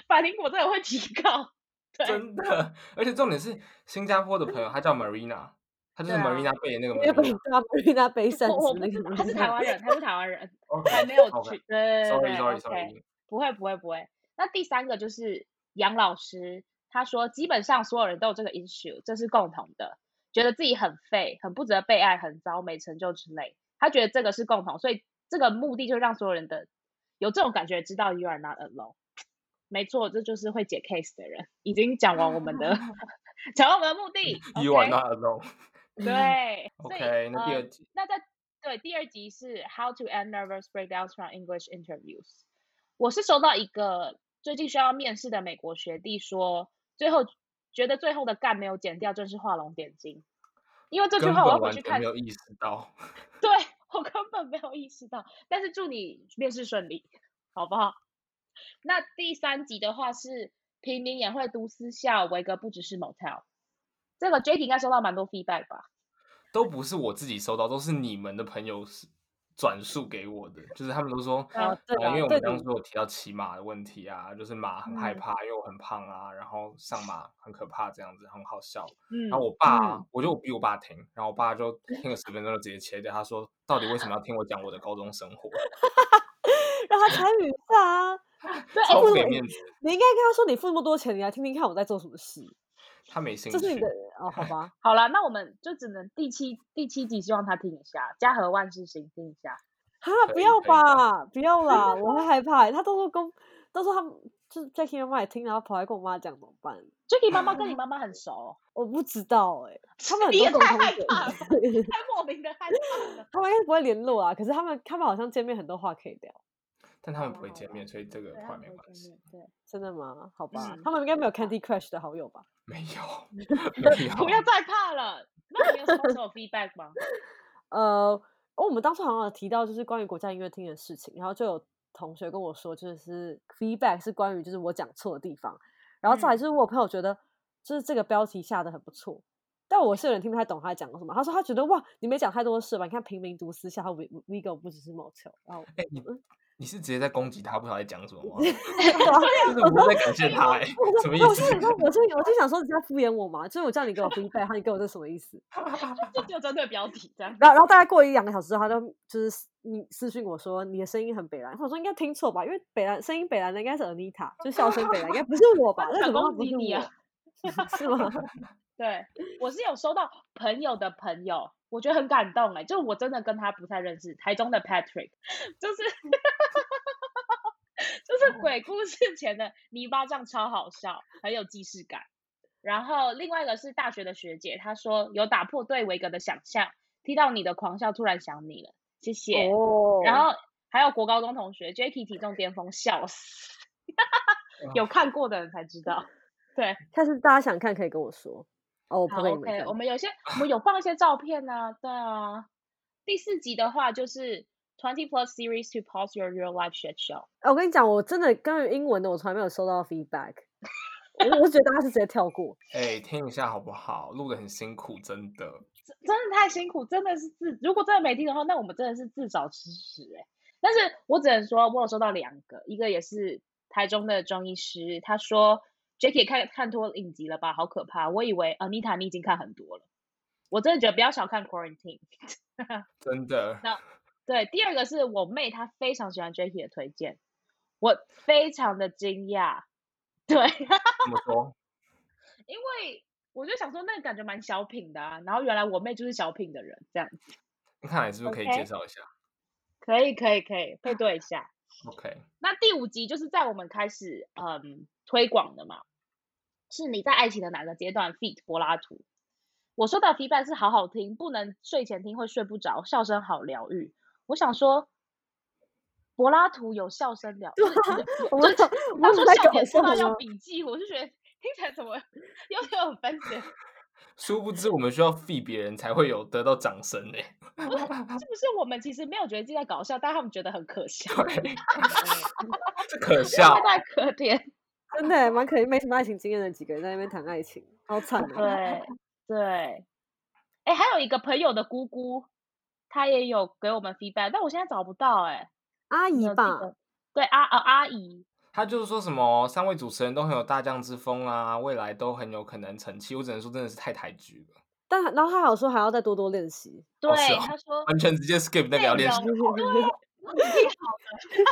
[SPEAKER 2] 百灵果真的会提高，对
[SPEAKER 1] 真的，而且重点是新加坡的朋友，他叫 Marina，他就是
[SPEAKER 2] 对啊
[SPEAKER 1] Marina 贝的那个
[SPEAKER 3] 因为
[SPEAKER 1] Marina。
[SPEAKER 3] Marina Bay
[SPEAKER 2] 我我
[SPEAKER 3] Sands
[SPEAKER 2] 不
[SPEAKER 3] 那
[SPEAKER 2] 知
[SPEAKER 3] 个
[SPEAKER 2] 道他是台湾人，他是台湾 人，还
[SPEAKER 1] OK，
[SPEAKER 2] 没有
[SPEAKER 1] 好的
[SPEAKER 2] 去，对对对
[SPEAKER 1] ，sorry
[SPEAKER 2] 对
[SPEAKER 1] sorry
[SPEAKER 2] OK
[SPEAKER 1] sorry，
[SPEAKER 2] 不会不会不会。那第三个就是杨老师，他说基本上所有人都有这个 issue，这是共同的，觉得自己很废，很不值得被爱，很糟，没成就之类。他觉得这个是共同，所以这个目的就让所有人的有这种感觉，知道 you are not alone。没错，这就是会解 case 的人。已经讲完我们的 讲完我们的目的
[SPEAKER 1] ，You are
[SPEAKER 2] OK？
[SPEAKER 1] not alone。
[SPEAKER 2] 对所以
[SPEAKER 1] OK，那第
[SPEAKER 2] 呃
[SPEAKER 1] 二集
[SPEAKER 2] 那在对第二集是 How to end nervous breakdowns from English interviews。我是收到一个最近需要面试的美国学弟说，最后觉得最后的干没有剪掉，真是画龙点睛。因为这句
[SPEAKER 1] 根
[SPEAKER 2] 话我要
[SPEAKER 1] 本
[SPEAKER 2] 回
[SPEAKER 1] 完
[SPEAKER 2] 去
[SPEAKER 1] 全
[SPEAKER 2] 看
[SPEAKER 1] 没，有意识到。
[SPEAKER 2] 对我根本没有意识到。但是祝你面试顺利，好不好？那第三集的话是平民也会读私校，维格不只是 motel。这个 j a k 应该收到蛮多 feedback 吧？
[SPEAKER 1] 都不是我自己收到，都是你们的朋友是转述给我的，就是他们都说，
[SPEAKER 2] 呃
[SPEAKER 3] 啊，对
[SPEAKER 1] 呃因为
[SPEAKER 3] 啦，
[SPEAKER 1] 我
[SPEAKER 3] 对
[SPEAKER 1] 们当
[SPEAKER 3] 你
[SPEAKER 1] 初有提到骑马的问题啊，就是马很害
[SPEAKER 2] 嗯
[SPEAKER 1] 怕，因为我很胖啊，然后上马很可怕，这样子很好笑。
[SPEAKER 2] 嗯
[SPEAKER 1] 然后我爸啊，我就逼我爸听，然后我爸就听了十分钟就直接切掉，他说到底为什么要听我讲我的高中生 活，
[SPEAKER 3] 让他参与一下啊。
[SPEAKER 2] 对，哎
[SPEAKER 1] 超
[SPEAKER 3] 不
[SPEAKER 1] 不给
[SPEAKER 3] 能
[SPEAKER 1] 面子，
[SPEAKER 3] 你应该跟他说，你付那么多钱，你来听听看我在做什么事。
[SPEAKER 1] 他没兴
[SPEAKER 3] 这是你
[SPEAKER 1] 趣
[SPEAKER 3] 的。哦，好吧。
[SPEAKER 2] 好啦，那我们就只能第七第七集，希望他听一下《家和万事兴》，听一下。
[SPEAKER 3] 哈，不
[SPEAKER 1] 可以
[SPEAKER 3] 要
[SPEAKER 1] 可以
[SPEAKER 3] 吧，不要啦，我会害怕欸。他到时候跟，到时候他们就是 Jackie 妈妈也听，然后跑来跟我妈讲怎么办？
[SPEAKER 2] Jacky 妈妈跟你妈妈很熟哦，
[SPEAKER 3] 我不知道哎、他们很
[SPEAKER 2] 你
[SPEAKER 3] 多
[SPEAKER 2] 也
[SPEAKER 3] 共
[SPEAKER 2] 太
[SPEAKER 3] 同
[SPEAKER 2] 害
[SPEAKER 3] 点，
[SPEAKER 2] 怕了吧 太莫名的害怕了。
[SPEAKER 3] 他们应该不会联络啊。可是他们，他们好像见面很多话可以聊，
[SPEAKER 1] 但他们
[SPEAKER 2] 好
[SPEAKER 1] 不会
[SPEAKER 2] 啦
[SPEAKER 1] 见
[SPEAKER 2] 好
[SPEAKER 3] 哦
[SPEAKER 1] 面，所以这个
[SPEAKER 2] 对
[SPEAKER 1] 话没关系。。
[SPEAKER 2] 对，
[SPEAKER 3] 真的吗？好吧，
[SPEAKER 2] 嗯
[SPEAKER 3] 他们应该没
[SPEAKER 2] 好
[SPEAKER 3] 有 Candy Crush 的好友吧？
[SPEAKER 1] 没有， 没有，
[SPEAKER 2] 不要再怕了。那你有什么时候 feedback 吗？
[SPEAKER 3] 呃，哦我们当初好像有提到就是关于国家音乐厅的事情，然后就有同学跟我说，就是 feedback 是关于就是我讲错的地方，然后再来
[SPEAKER 1] 嗯
[SPEAKER 3] 就是我朋友觉得就是这个标题下的很不错，但我是有点听不太懂他在讲什么。他说他觉得哇，你没讲太多事吧？你看平民读私校，还有 v v i g o 不只是 motel，然后
[SPEAKER 1] 哎你你是直接在攻击他，不晓得在讲什 么吗？啊
[SPEAKER 3] 我
[SPEAKER 1] 就是我在感谢 他、欸，什么意
[SPEAKER 3] 说我
[SPEAKER 1] 思
[SPEAKER 3] 心？里就我心里我就想说你在敷衍我嘛，就是我叫你给我 feedback，然后你给我这什么意思？
[SPEAKER 2] 就只有针对标题这样。
[SPEAKER 3] 然后，然后大概过一两个小时之后，他就就是私你私信我说你的声音很北蓝，我说应该听错吧，因为北蓝声音北蓝的应该是 Anita，就笑声北蓝，应该不是 我吧？那
[SPEAKER 2] 想
[SPEAKER 3] 怎么会
[SPEAKER 2] 攻
[SPEAKER 3] 不
[SPEAKER 2] 击
[SPEAKER 3] 是
[SPEAKER 2] 你啊
[SPEAKER 3] 我？ 是吗？
[SPEAKER 2] 对，我是有收到朋友的朋友，我觉得很感动哎、就我真的跟他不太认识，台中的 Patrick，就是 就是鬼故事前的泥巴酱超好笑，很有既视感。然后另外一个是大学的学姐，她说有打破对维格的想象，听到你的狂笑，突然想你了，谢谢。
[SPEAKER 3] 哦，
[SPEAKER 2] 然后还有国高中同学 Jacky 体重巅峰，笑死
[SPEAKER 1] 哇，
[SPEAKER 2] 有看过的人才知道，对。
[SPEAKER 3] 下次大家想看可以跟我说哦，我
[SPEAKER 2] 好
[SPEAKER 3] 不给你们
[SPEAKER 2] ，OK，
[SPEAKER 3] 看
[SPEAKER 2] 我。们有些我们有放一些照片呢、对啊。第四集的话就是 Twenty Plus Series to Pause Your Real Life Shit Show，
[SPEAKER 3] 哎我跟你讲，我真的关于英文的，我从来没有收到 feedback，我我是觉得大家是直接跳过。
[SPEAKER 1] 哎、听一下好不好？录的很辛苦，真的。
[SPEAKER 2] 真真的太辛苦，真的是自如果真的没听的话，那我们真的是自找吃屎哎、但是我只能说，我有收到两个，一个也是台中的中医师，他说 Jacky 看看多影集了吧，好可怕，我以为 Anita 你已经看很多了。我真的觉得不要小看 quarantine。
[SPEAKER 1] 真的
[SPEAKER 2] 那对，第二个是我妹，她非常喜欢 Jacky 的推荐，我非常的惊讶。对，
[SPEAKER 1] 怎么说？
[SPEAKER 2] 因为我就想说，那个感觉蛮小品的啊。然后原来我妹就是小品的人，这样子
[SPEAKER 1] 看来是不是可以
[SPEAKER 2] OK
[SPEAKER 1] 介绍一下
[SPEAKER 2] 可以，可以，可以配对一下。
[SPEAKER 1] ？OK，
[SPEAKER 2] 那第五集就是在我们开始嗯推广的嘛，是你在爱情的哪个阶段 feed 柏拉图？我收到 feedback 是好好听，不能睡前听会睡不着，笑声好疗愈。我想说，柏拉图有笑声疗愈，就
[SPEAKER 3] 我们
[SPEAKER 2] 是
[SPEAKER 3] 在我
[SPEAKER 2] 他
[SPEAKER 3] 们
[SPEAKER 2] 说
[SPEAKER 3] 在
[SPEAKER 2] 笑
[SPEAKER 3] 搞
[SPEAKER 2] 点
[SPEAKER 3] 笑
[SPEAKER 2] 多到要
[SPEAKER 3] 吗？
[SPEAKER 2] 笔记，我就觉得听起来怎么有点有分解。
[SPEAKER 1] 殊不知我们需要 feed 别人才会有得到掌声呢、
[SPEAKER 2] 是不是我们其实没有觉得自己在搞笑，但他们觉得很可笑，
[SPEAKER 1] 对，
[SPEAKER 2] 嗯
[SPEAKER 1] 这可笑
[SPEAKER 2] 太。太可怜。
[SPEAKER 3] 真的蛮可怜，没什么爱情经验的几个人在那边谈爱情，好惨啊！
[SPEAKER 2] 对 对，哎，还有一个朋友的姑姑，她也有给我们 feedback，但我现在找不到哎、
[SPEAKER 3] 阿
[SPEAKER 2] 你
[SPEAKER 3] 姨
[SPEAKER 2] 有记
[SPEAKER 3] 吧，
[SPEAKER 2] 得？对，阿呃阿姨，
[SPEAKER 1] 他就是说什么三位主持人都很有大将之风啊，未来都很有可能成器。我只能说真的是太抬举了，
[SPEAKER 3] 但然后他好说还要再多多练习，
[SPEAKER 2] 对，
[SPEAKER 1] 是哦
[SPEAKER 2] 她说
[SPEAKER 1] 完全直接 skip 那个要
[SPEAKER 2] 内
[SPEAKER 1] 练习。
[SPEAKER 2] 容，对，我挺好的。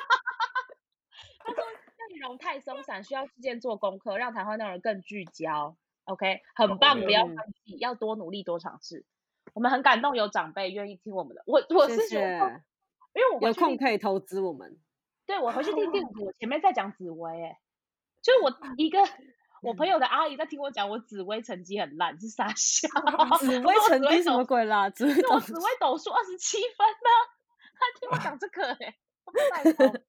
[SPEAKER 2] 她说内容太松散，需要事件做功课，让谈话内容更聚焦。OK，很棒，不要
[SPEAKER 3] 嗯
[SPEAKER 2] 放弃，要多努力，多尝试。我们很感动，有长辈愿意听我们的。我我
[SPEAKER 3] 谢
[SPEAKER 2] 是觉得，
[SPEAKER 3] 谢。
[SPEAKER 2] 因为我回
[SPEAKER 3] 有
[SPEAKER 2] 去听
[SPEAKER 3] 空可以投资我们，
[SPEAKER 2] 对我回去听第五集，我前面在讲紫薇、欸，就是 我一个我朋
[SPEAKER 3] 嗯
[SPEAKER 2] 友的阿姨在听我讲我紫薇成绩很烂，是傻笑。
[SPEAKER 3] 紫
[SPEAKER 2] 我
[SPEAKER 3] 薇
[SPEAKER 2] 说我
[SPEAKER 3] 成
[SPEAKER 2] 紫
[SPEAKER 3] 绩
[SPEAKER 2] 薇
[SPEAKER 3] 什
[SPEAKER 2] 斗
[SPEAKER 3] 么鬼啦？紫薇
[SPEAKER 2] 对我
[SPEAKER 3] 斗
[SPEAKER 2] 紫薇斗数二十七分呢、她听我讲这 个、欸，哎，我太疯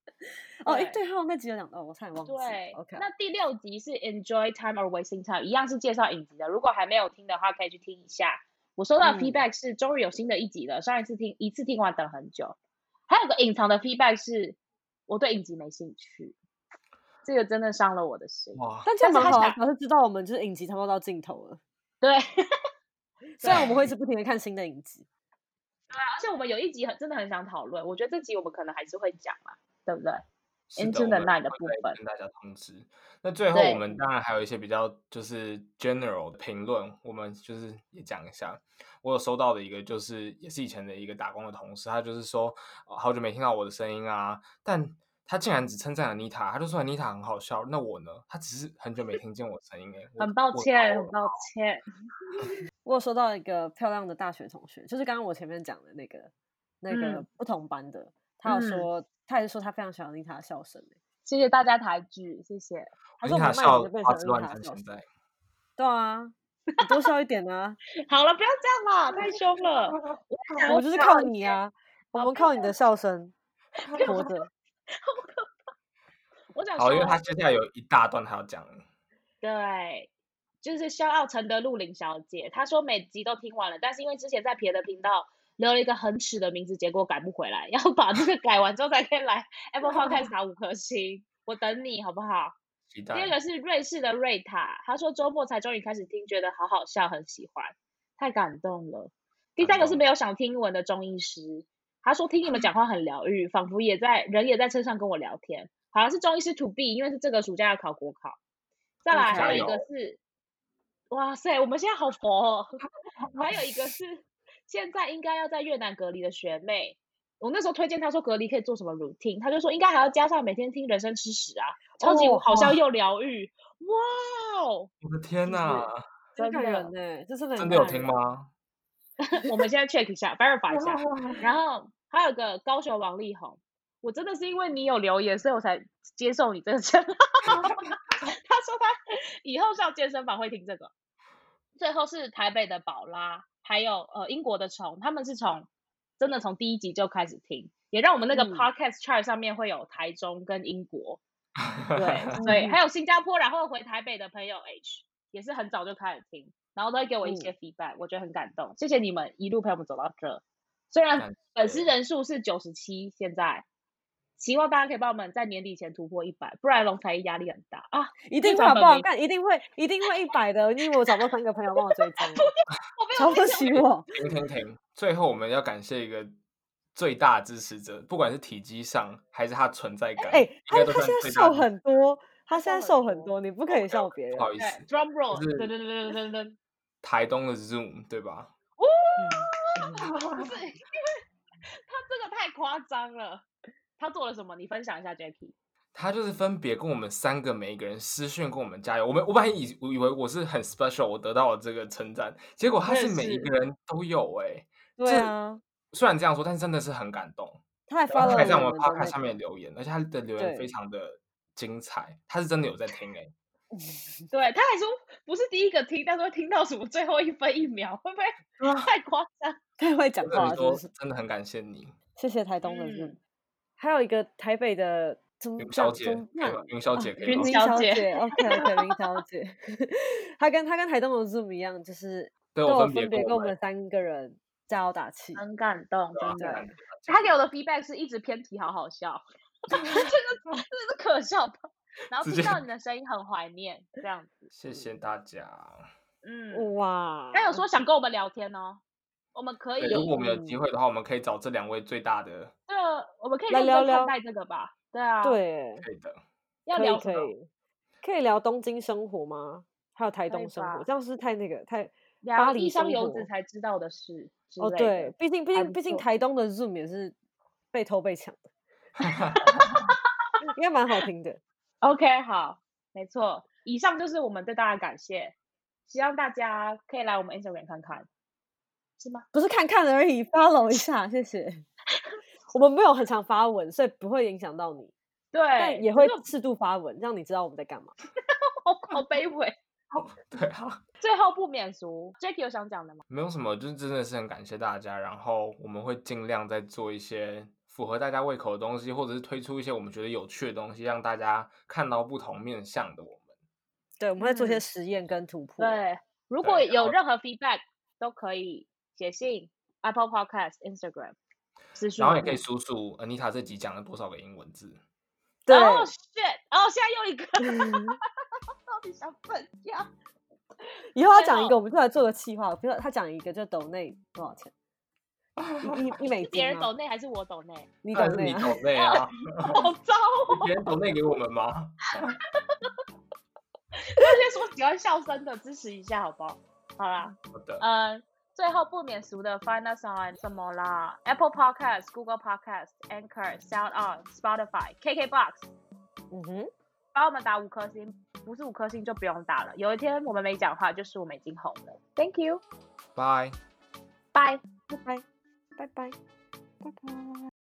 [SPEAKER 3] 哦，哎，
[SPEAKER 2] 对
[SPEAKER 3] 对，还有那集有讲到，我差点忘记。
[SPEAKER 2] 对
[SPEAKER 3] ，OK，
[SPEAKER 2] 那第六集是 Enjoy Time or Wasting Time，一样是介绍影集的。如果还没有听的话，可以去听一下。我收到
[SPEAKER 3] 嗯
[SPEAKER 2] feedback 是终于有新的一集了，上一次听一次听完等很久。还有个隐藏的 feedback 是我对影集没兴趣，这个真的伤了我的心。
[SPEAKER 1] 哇，
[SPEAKER 3] 但这样
[SPEAKER 2] 但
[SPEAKER 3] 蛮
[SPEAKER 2] 是他
[SPEAKER 3] 好啊，
[SPEAKER 2] 想
[SPEAKER 3] 表示知道我们就是影集差不多到尽 头了。
[SPEAKER 2] 对，而
[SPEAKER 3] 虽然我们会一直不停的看新的影集，
[SPEAKER 2] 且我们有一集很真的很想讨论，我觉得这集我们可能还是会讲嘛，对不对？
[SPEAKER 1] 是
[SPEAKER 2] Into
[SPEAKER 1] 我
[SPEAKER 2] the
[SPEAKER 1] 们
[SPEAKER 2] Night 的
[SPEAKER 1] 会
[SPEAKER 2] 部
[SPEAKER 1] 再
[SPEAKER 2] 分
[SPEAKER 1] 跟大家通知。那最后
[SPEAKER 2] 对
[SPEAKER 1] 我们当然还有一些比较就是 general 的评论，我们就是也讲一下。我有收到的一个就是也是以前的一个打工的同事，他就是说、呃好久没听到我的声音啊，但他竟然只称赞 Anita，他就说 Anita 很好笑。那我呢？他只是很久没听见我的声音哎、我
[SPEAKER 2] 很抱
[SPEAKER 1] 我
[SPEAKER 2] 歉，
[SPEAKER 1] 糟
[SPEAKER 2] 很
[SPEAKER 1] 了
[SPEAKER 2] 抱歉，
[SPEAKER 3] 我有收到一个漂亮的大学同学，就是刚刚我前面讲的那个那个
[SPEAKER 2] 嗯
[SPEAKER 3] 不同班的，他有
[SPEAKER 2] 嗯
[SPEAKER 3] 说，他也是说他非常喜欢丽塔的笑声欸，
[SPEAKER 2] 谢谢大家抬举，谢谢。
[SPEAKER 3] 还是我
[SPEAKER 1] Anita
[SPEAKER 3] 们慢
[SPEAKER 1] 笑
[SPEAKER 3] 点就变
[SPEAKER 1] 花枝
[SPEAKER 3] 成丽
[SPEAKER 1] 乱
[SPEAKER 3] 塔的
[SPEAKER 1] 颤，
[SPEAKER 3] 笑
[SPEAKER 1] 现
[SPEAKER 3] 声
[SPEAKER 1] 在。
[SPEAKER 3] 对啊，你多笑一点啊，
[SPEAKER 2] 好了，不要这样啦，太凶 了。我在想
[SPEAKER 3] 我
[SPEAKER 2] 要
[SPEAKER 3] 们就是
[SPEAKER 2] 找
[SPEAKER 3] 靠
[SPEAKER 2] 一
[SPEAKER 3] 你
[SPEAKER 2] 些，
[SPEAKER 3] 啊，我
[SPEAKER 2] 好
[SPEAKER 3] 们靠你 的笑声活着。
[SPEAKER 2] 我想
[SPEAKER 1] 好，哦
[SPEAKER 2] 说
[SPEAKER 1] 因为他接下来有一大段他要讲了。
[SPEAKER 2] 对，就是笑傲承德露林小姐，她说每集都听完了，但是因为之前在别的频道留了一个很耻的名字，结果改不回来，要把这个改完之后才可以来 Apple Podcast 打五颗星，我等你好不好？
[SPEAKER 1] 期
[SPEAKER 2] 第
[SPEAKER 1] 待
[SPEAKER 2] 二个是瑞士的瑞塔，她说周末才终于开始听，觉得好好笑，很喜欢，太感动了。第
[SPEAKER 1] 感
[SPEAKER 2] 三个是
[SPEAKER 1] 动
[SPEAKER 2] 没有想听英文的中医师，他说听你们讲话很疗愈，仿佛也在人也在车上跟我聊天，好像是中医师 to B，因为是这个暑假要考国考。再来还有一
[SPEAKER 1] 加
[SPEAKER 2] 个
[SPEAKER 1] 油
[SPEAKER 2] 是，哇塞，我们现在好佛 哦。还有一个是现在应该要在越南隔离的学妹，我那时候推荐她说隔离可以做什么 routine，她就说应该还要加上每天听人生吃屎啊，超级
[SPEAKER 3] 哦
[SPEAKER 2] 好
[SPEAKER 3] 哇
[SPEAKER 2] 笑又疗愈，哇哦！
[SPEAKER 1] 我的天
[SPEAKER 2] 是
[SPEAKER 1] 哪，
[SPEAKER 3] 真
[SPEAKER 2] 真
[SPEAKER 3] 感
[SPEAKER 2] 的
[SPEAKER 3] 人呢，这真的很
[SPEAKER 1] 真的有
[SPEAKER 3] 感
[SPEAKER 1] 听
[SPEAKER 3] 人？
[SPEAKER 1] 吗？
[SPEAKER 2] 我们现在 check 一下，verify 一下。然后还有个高雄王力宏，我真的是因为你有留言，所以我才接受你这个称号。 他说他以后上健身房会听这个。最后是台北的宝拉，还有呃英国的虫，他们是从真的从第一集就开始听，也让我们那个
[SPEAKER 3] 嗯
[SPEAKER 2] podcast chart 上面会有台中跟英国， 对，所以还有新加坡，然后回台北的朋友 H 也是很早就开始听，然后都会给我一些 feedback，、我觉得很感动，谢谢你们一路陪我们走到这。虽然
[SPEAKER 1] 感
[SPEAKER 2] 粉丝
[SPEAKER 1] 谢
[SPEAKER 2] 人数是九十七，现在希望大家可以帮我们在年底前突破一百，不然龙才艺压力很大啊！
[SPEAKER 3] 一定
[SPEAKER 2] 非
[SPEAKER 3] 会
[SPEAKER 2] 常
[SPEAKER 3] 好
[SPEAKER 2] 本
[SPEAKER 3] 不好
[SPEAKER 2] 命
[SPEAKER 3] 干？一定会，一定会一百的，因为我找不到三个朋友帮我追踪，
[SPEAKER 2] 我没有
[SPEAKER 3] 瞧不 起我。
[SPEAKER 1] 停停停！最后我们要感谢一个最大支持者，不管是体积上还是他存在感，
[SPEAKER 3] 哎、
[SPEAKER 1] 应
[SPEAKER 3] 他
[SPEAKER 1] 该都
[SPEAKER 3] 他
[SPEAKER 1] 算
[SPEAKER 3] 现在
[SPEAKER 1] 最大
[SPEAKER 3] 瘦
[SPEAKER 1] 的支
[SPEAKER 3] 很多，他现在
[SPEAKER 2] 瘦
[SPEAKER 3] 瘦
[SPEAKER 2] 很
[SPEAKER 3] 很
[SPEAKER 2] 多
[SPEAKER 3] 多，你不可以笑别
[SPEAKER 1] 持
[SPEAKER 3] 人
[SPEAKER 1] 不。
[SPEAKER 3] 啊
[SPEAKER 1] 好意
[SPEAKER 2] 对
[SPEAKER 1] 思，
[SPEAKER 2] drum roll，
[SPEAKER 1] 是
[SPEAKER 2] 噔噔噔噔噔噔，
[SPEAKER 1] 台东的 Zoom 对吧？
[SPEAKER 2] 哦，不是因为他这个太夸张了。他做了什么？你分享一下 j a c k i e
[SPEAKER 1] 他就是分别跟我们三个每一个人私讯跟我们加油。我们我本来以我以为我是很 special，我得到了这个称赞，结果他
[SPEAKER 2] 我也
[SPEAKER 1] 是每一
[SPEAKER 2] 是
[SPEAKER 1] 个人都有哎、
[SPEAKER 3] 对啊，
[SPEAKER 1] 虽然这样说，但是真的是很感动。
[SPEAKER 3] 他还发
[SPEAKER 1] 然后
[SPEAKER 3] 了
[SPEAKER 1] 他还在我
[SPEAKER 3] 的
[SPEAKER 1] 们
[SPEAKER 3] 那
[SPEAKER 1] podcast
[SPEAKER 3] 个
[SPEAKER 1] 下面留言，而且他的留
[SPEAKER 3] 对
[SPEAKER 1] 言非常的精彩，他是真的有在听哎、
[SPEAKER 2] 对，他还说不是第一个听，但是会听到什么最后一分一秒，会不会
[SPEAKER 3] 啊
[SPEAKER 1] 欸。
[SPEAKER 2] 太夸张？
[SPEAKER 3] 太会讲
[SPEAKER 1] 我
[SPEAKER 3] 话
[SPEAKER 1] 跟你
[SPEAKER 3] 了，啊真
[SPEAKER 1] 说
[SPEAKER 3] 的是，
[SPEAKER 1] 真的很感谢你，
[SPEAKER 3] 谢谢台东的人
[SPEAKER 2] 嗯
[SPEAKER 3] 还有一个台北的怎么
[SPEAKER 1] 云
[SPEAKER 3] 叫
[SPEAKER 1] 小姐，
[SPEAKER 3] 怎么
[SPEAKER 1] 可以吗云小姐哦可以
[SPEAKER 2] 云
[SPEAKER 1] 吗
[SPEAKER 3] 林？
[SPEAKER 2] 哦小
[SPEAKER 3] 姐
[SPEAKER 2] 姐
[SPEAKER 3] ，OK OK，林小姐， 她跟她跟台东的 Zoom 一样，就是
[SPEAKER 1] 对我
[SPEAKER 3] 都有
[SPEAKER 1] 分
[SPEAKER 3] 分
[SPEAKER 1] 别
[SPEAKER 3] 别
[SPEAKER 1] 跟
[SPEAKER 3] 跟
[SPEAKER 1] 我
[SPEAKER 3] 我们三个人加油打气，
[SPEAKER 2] 很感动，
[SPEAKER 1] 对啊
[SPEAKER 2] 真的
[SPEAKER 1] 很。感谢
[SPEAKER 2] 他给我的 feedback 是一直偏题，好好 笑，真的真的是可笑到。然后
[SPEAKER 1] 直
[SPEAKER 2] 听
[SPEAKER 1] 接
[SPEAKER 2] 到你的声音很怀念，这样子。
[SPEAKER 1] 谢谢大家。
[SPEAKER 2] 嗯，
[SPEAKER 3] 哇！
[SPEAKER 2] 他有说想跟我们聊天哦，我们可以，
[SPEAKER 1] 对如果我们有机
[SPEAKER 3] 嗯
[SPEAKER 1] 会的话，我们可以找这两位最大的，
[SPEAKER 2] 对，我们可以
[SPEAKER 3] 来
[SPEAKER 2] 认
[SPEAKER 3] 聊
[SPEAKER 2] 真
[SPEAKER 3] 聊
[SPEAKER 2] 看待这个吧。对啊，，
[SPEAKER 3] 对，
[SPEAKER 1] 对 的。
[SPEAKER 2] 要
[SPEAKER 3] 可以
[SPEAKER 2] 聊
[SPEAKER 3] 可
[SPEAKER 2] 什么？
[SPEAKER 3] 以可以聊东京生活吗？还有台
[SPEAKER 2] 可以
[SPEAKER 3] 东生活，
[SPEAKER 2] 吧
[SPEAKER 3] 这样是不是太那个太巴
[SPEAKER 2] 聊
[SPEAKER 3] 黎
[SPEAKER 2] 异乡
[SPEAKER 3] 生
[SPEAKER 2] 游子
[SPEAKER 3] 活
[SPEAKER 2] 才知道的事之
[SPEAKER 3] 哦，
[SPEAKER 2] 类
[SPEAKER 3] 对
[SPEAKER 2] 的，，
[SPEAKER 3] 毕竟毕
[SPEAKER 2] 还
[SPEAKER 3] 竟
[SPEAKER 2] 不
[SPEAKER 3] 毕竟
[SPEAKER 2] 错
[SPEAKER 3] 台东的 Zoom 也是被偷被抢的，应该蛮好听的。
[SPEAKER 2] OK，好，没错，以上就是我们对大家的感谢，希望大家可以来我们 Instagram 看看，是吗？
[SPEAKER 3] 不是看看而已，follow 一下，谢 谢。我们没有很常发文，所以不会影响到你，
[SPEAKER 2] 对，
[SPEAKER 3] 但也会
[SPEAKER 2] 这个
[SPEAKER 3] 适度发文，让你知道我们在干嘛。
[SPEAKER 2] 好好卑微。
[SPEAKER 1] 对啊，
[SPEAKER 2] 最后不免俗 j a c k i e 有想讲的吗？
[SPEAKER 1] 没有什么，就是真的是很感谢大家。然后我们会尽量再做一些符合大家胃口的东西，或者是推出一些我们觉得有趣的东西，让大家看到不同面向的我们。
[SPEAKER 3] 对，我们会做些
[SPEAKER 2] 嗯
[SPEAKER 3] 实验跟突破。
[SPEAKER 2] 对，如果
[SPEAKER 1] 对然
[SPEAKER 2] 有
[SPEAKER 1] 后
[SPEAKER 2] 任何 feedback 都可以写信 Apple Podcast、Instagram 私讯
[SPEAKER 1] 然
[SPEAKER 2] 我
[SPEAKER 1] 后也
[SPEAKER 2] 们。
[SPEAKER 1] 可以数数 Anita 这集讲了多少个英文字。
[SPEAKER 3] 对，
[SPEAKER 2] 哦、shit！哦， 现在又一 个，到底想怎样？
[SPEAKER 3] 以后要
[SPEAKER 2] 最
[SPEAKER 3] 讲一
[SPEAKER 2] 后
[SPEAKER 3] 个，我们就来做个计划。比如说他讲一个，就抖内多少钱？一 一一美
[SPEAKER 2] 别
[SPEAKER 3] 金啊
[SPEAKER 2] 人抖
[SPEAKER 3] 吗？
[SPEAKER 2] 内还是我抖内？
[SPEAKER 3] 你抖
[SPEAKER 1] 但是
[SPEAKER 3] 内
[SPEAKER 1] 你
[SPEAKER 3] 啊？
[SPEAKER 1] 抖内啊，
[SPEAKER 2] 好糟哦！
[SPEAKER 1] 别人抖内给我们吗？
[SPEAKER 2] 那些说喜欢笑声的支持一下，好不好？好啦，
[SPEAKER 1] 好 的，
[SPEAKER 2] 嗯，最后不免俗的 Find Us on 什么啦？Apple Podcast、Google Podcast、Anchor、Sound On、Spotify、KKBox，
[SPEAKER 3] 嗯哼，
[SPEAKER 2] 帮我们打五颗星，不是五颗星就不用打了。有一天我们没讲话，就是我们已经红了。Thank you，
[SPEAKER 1] 拜。
[SPEAKER 2] 拜。
[SPEAKER 3] 拜拜，拜拜，拜拜。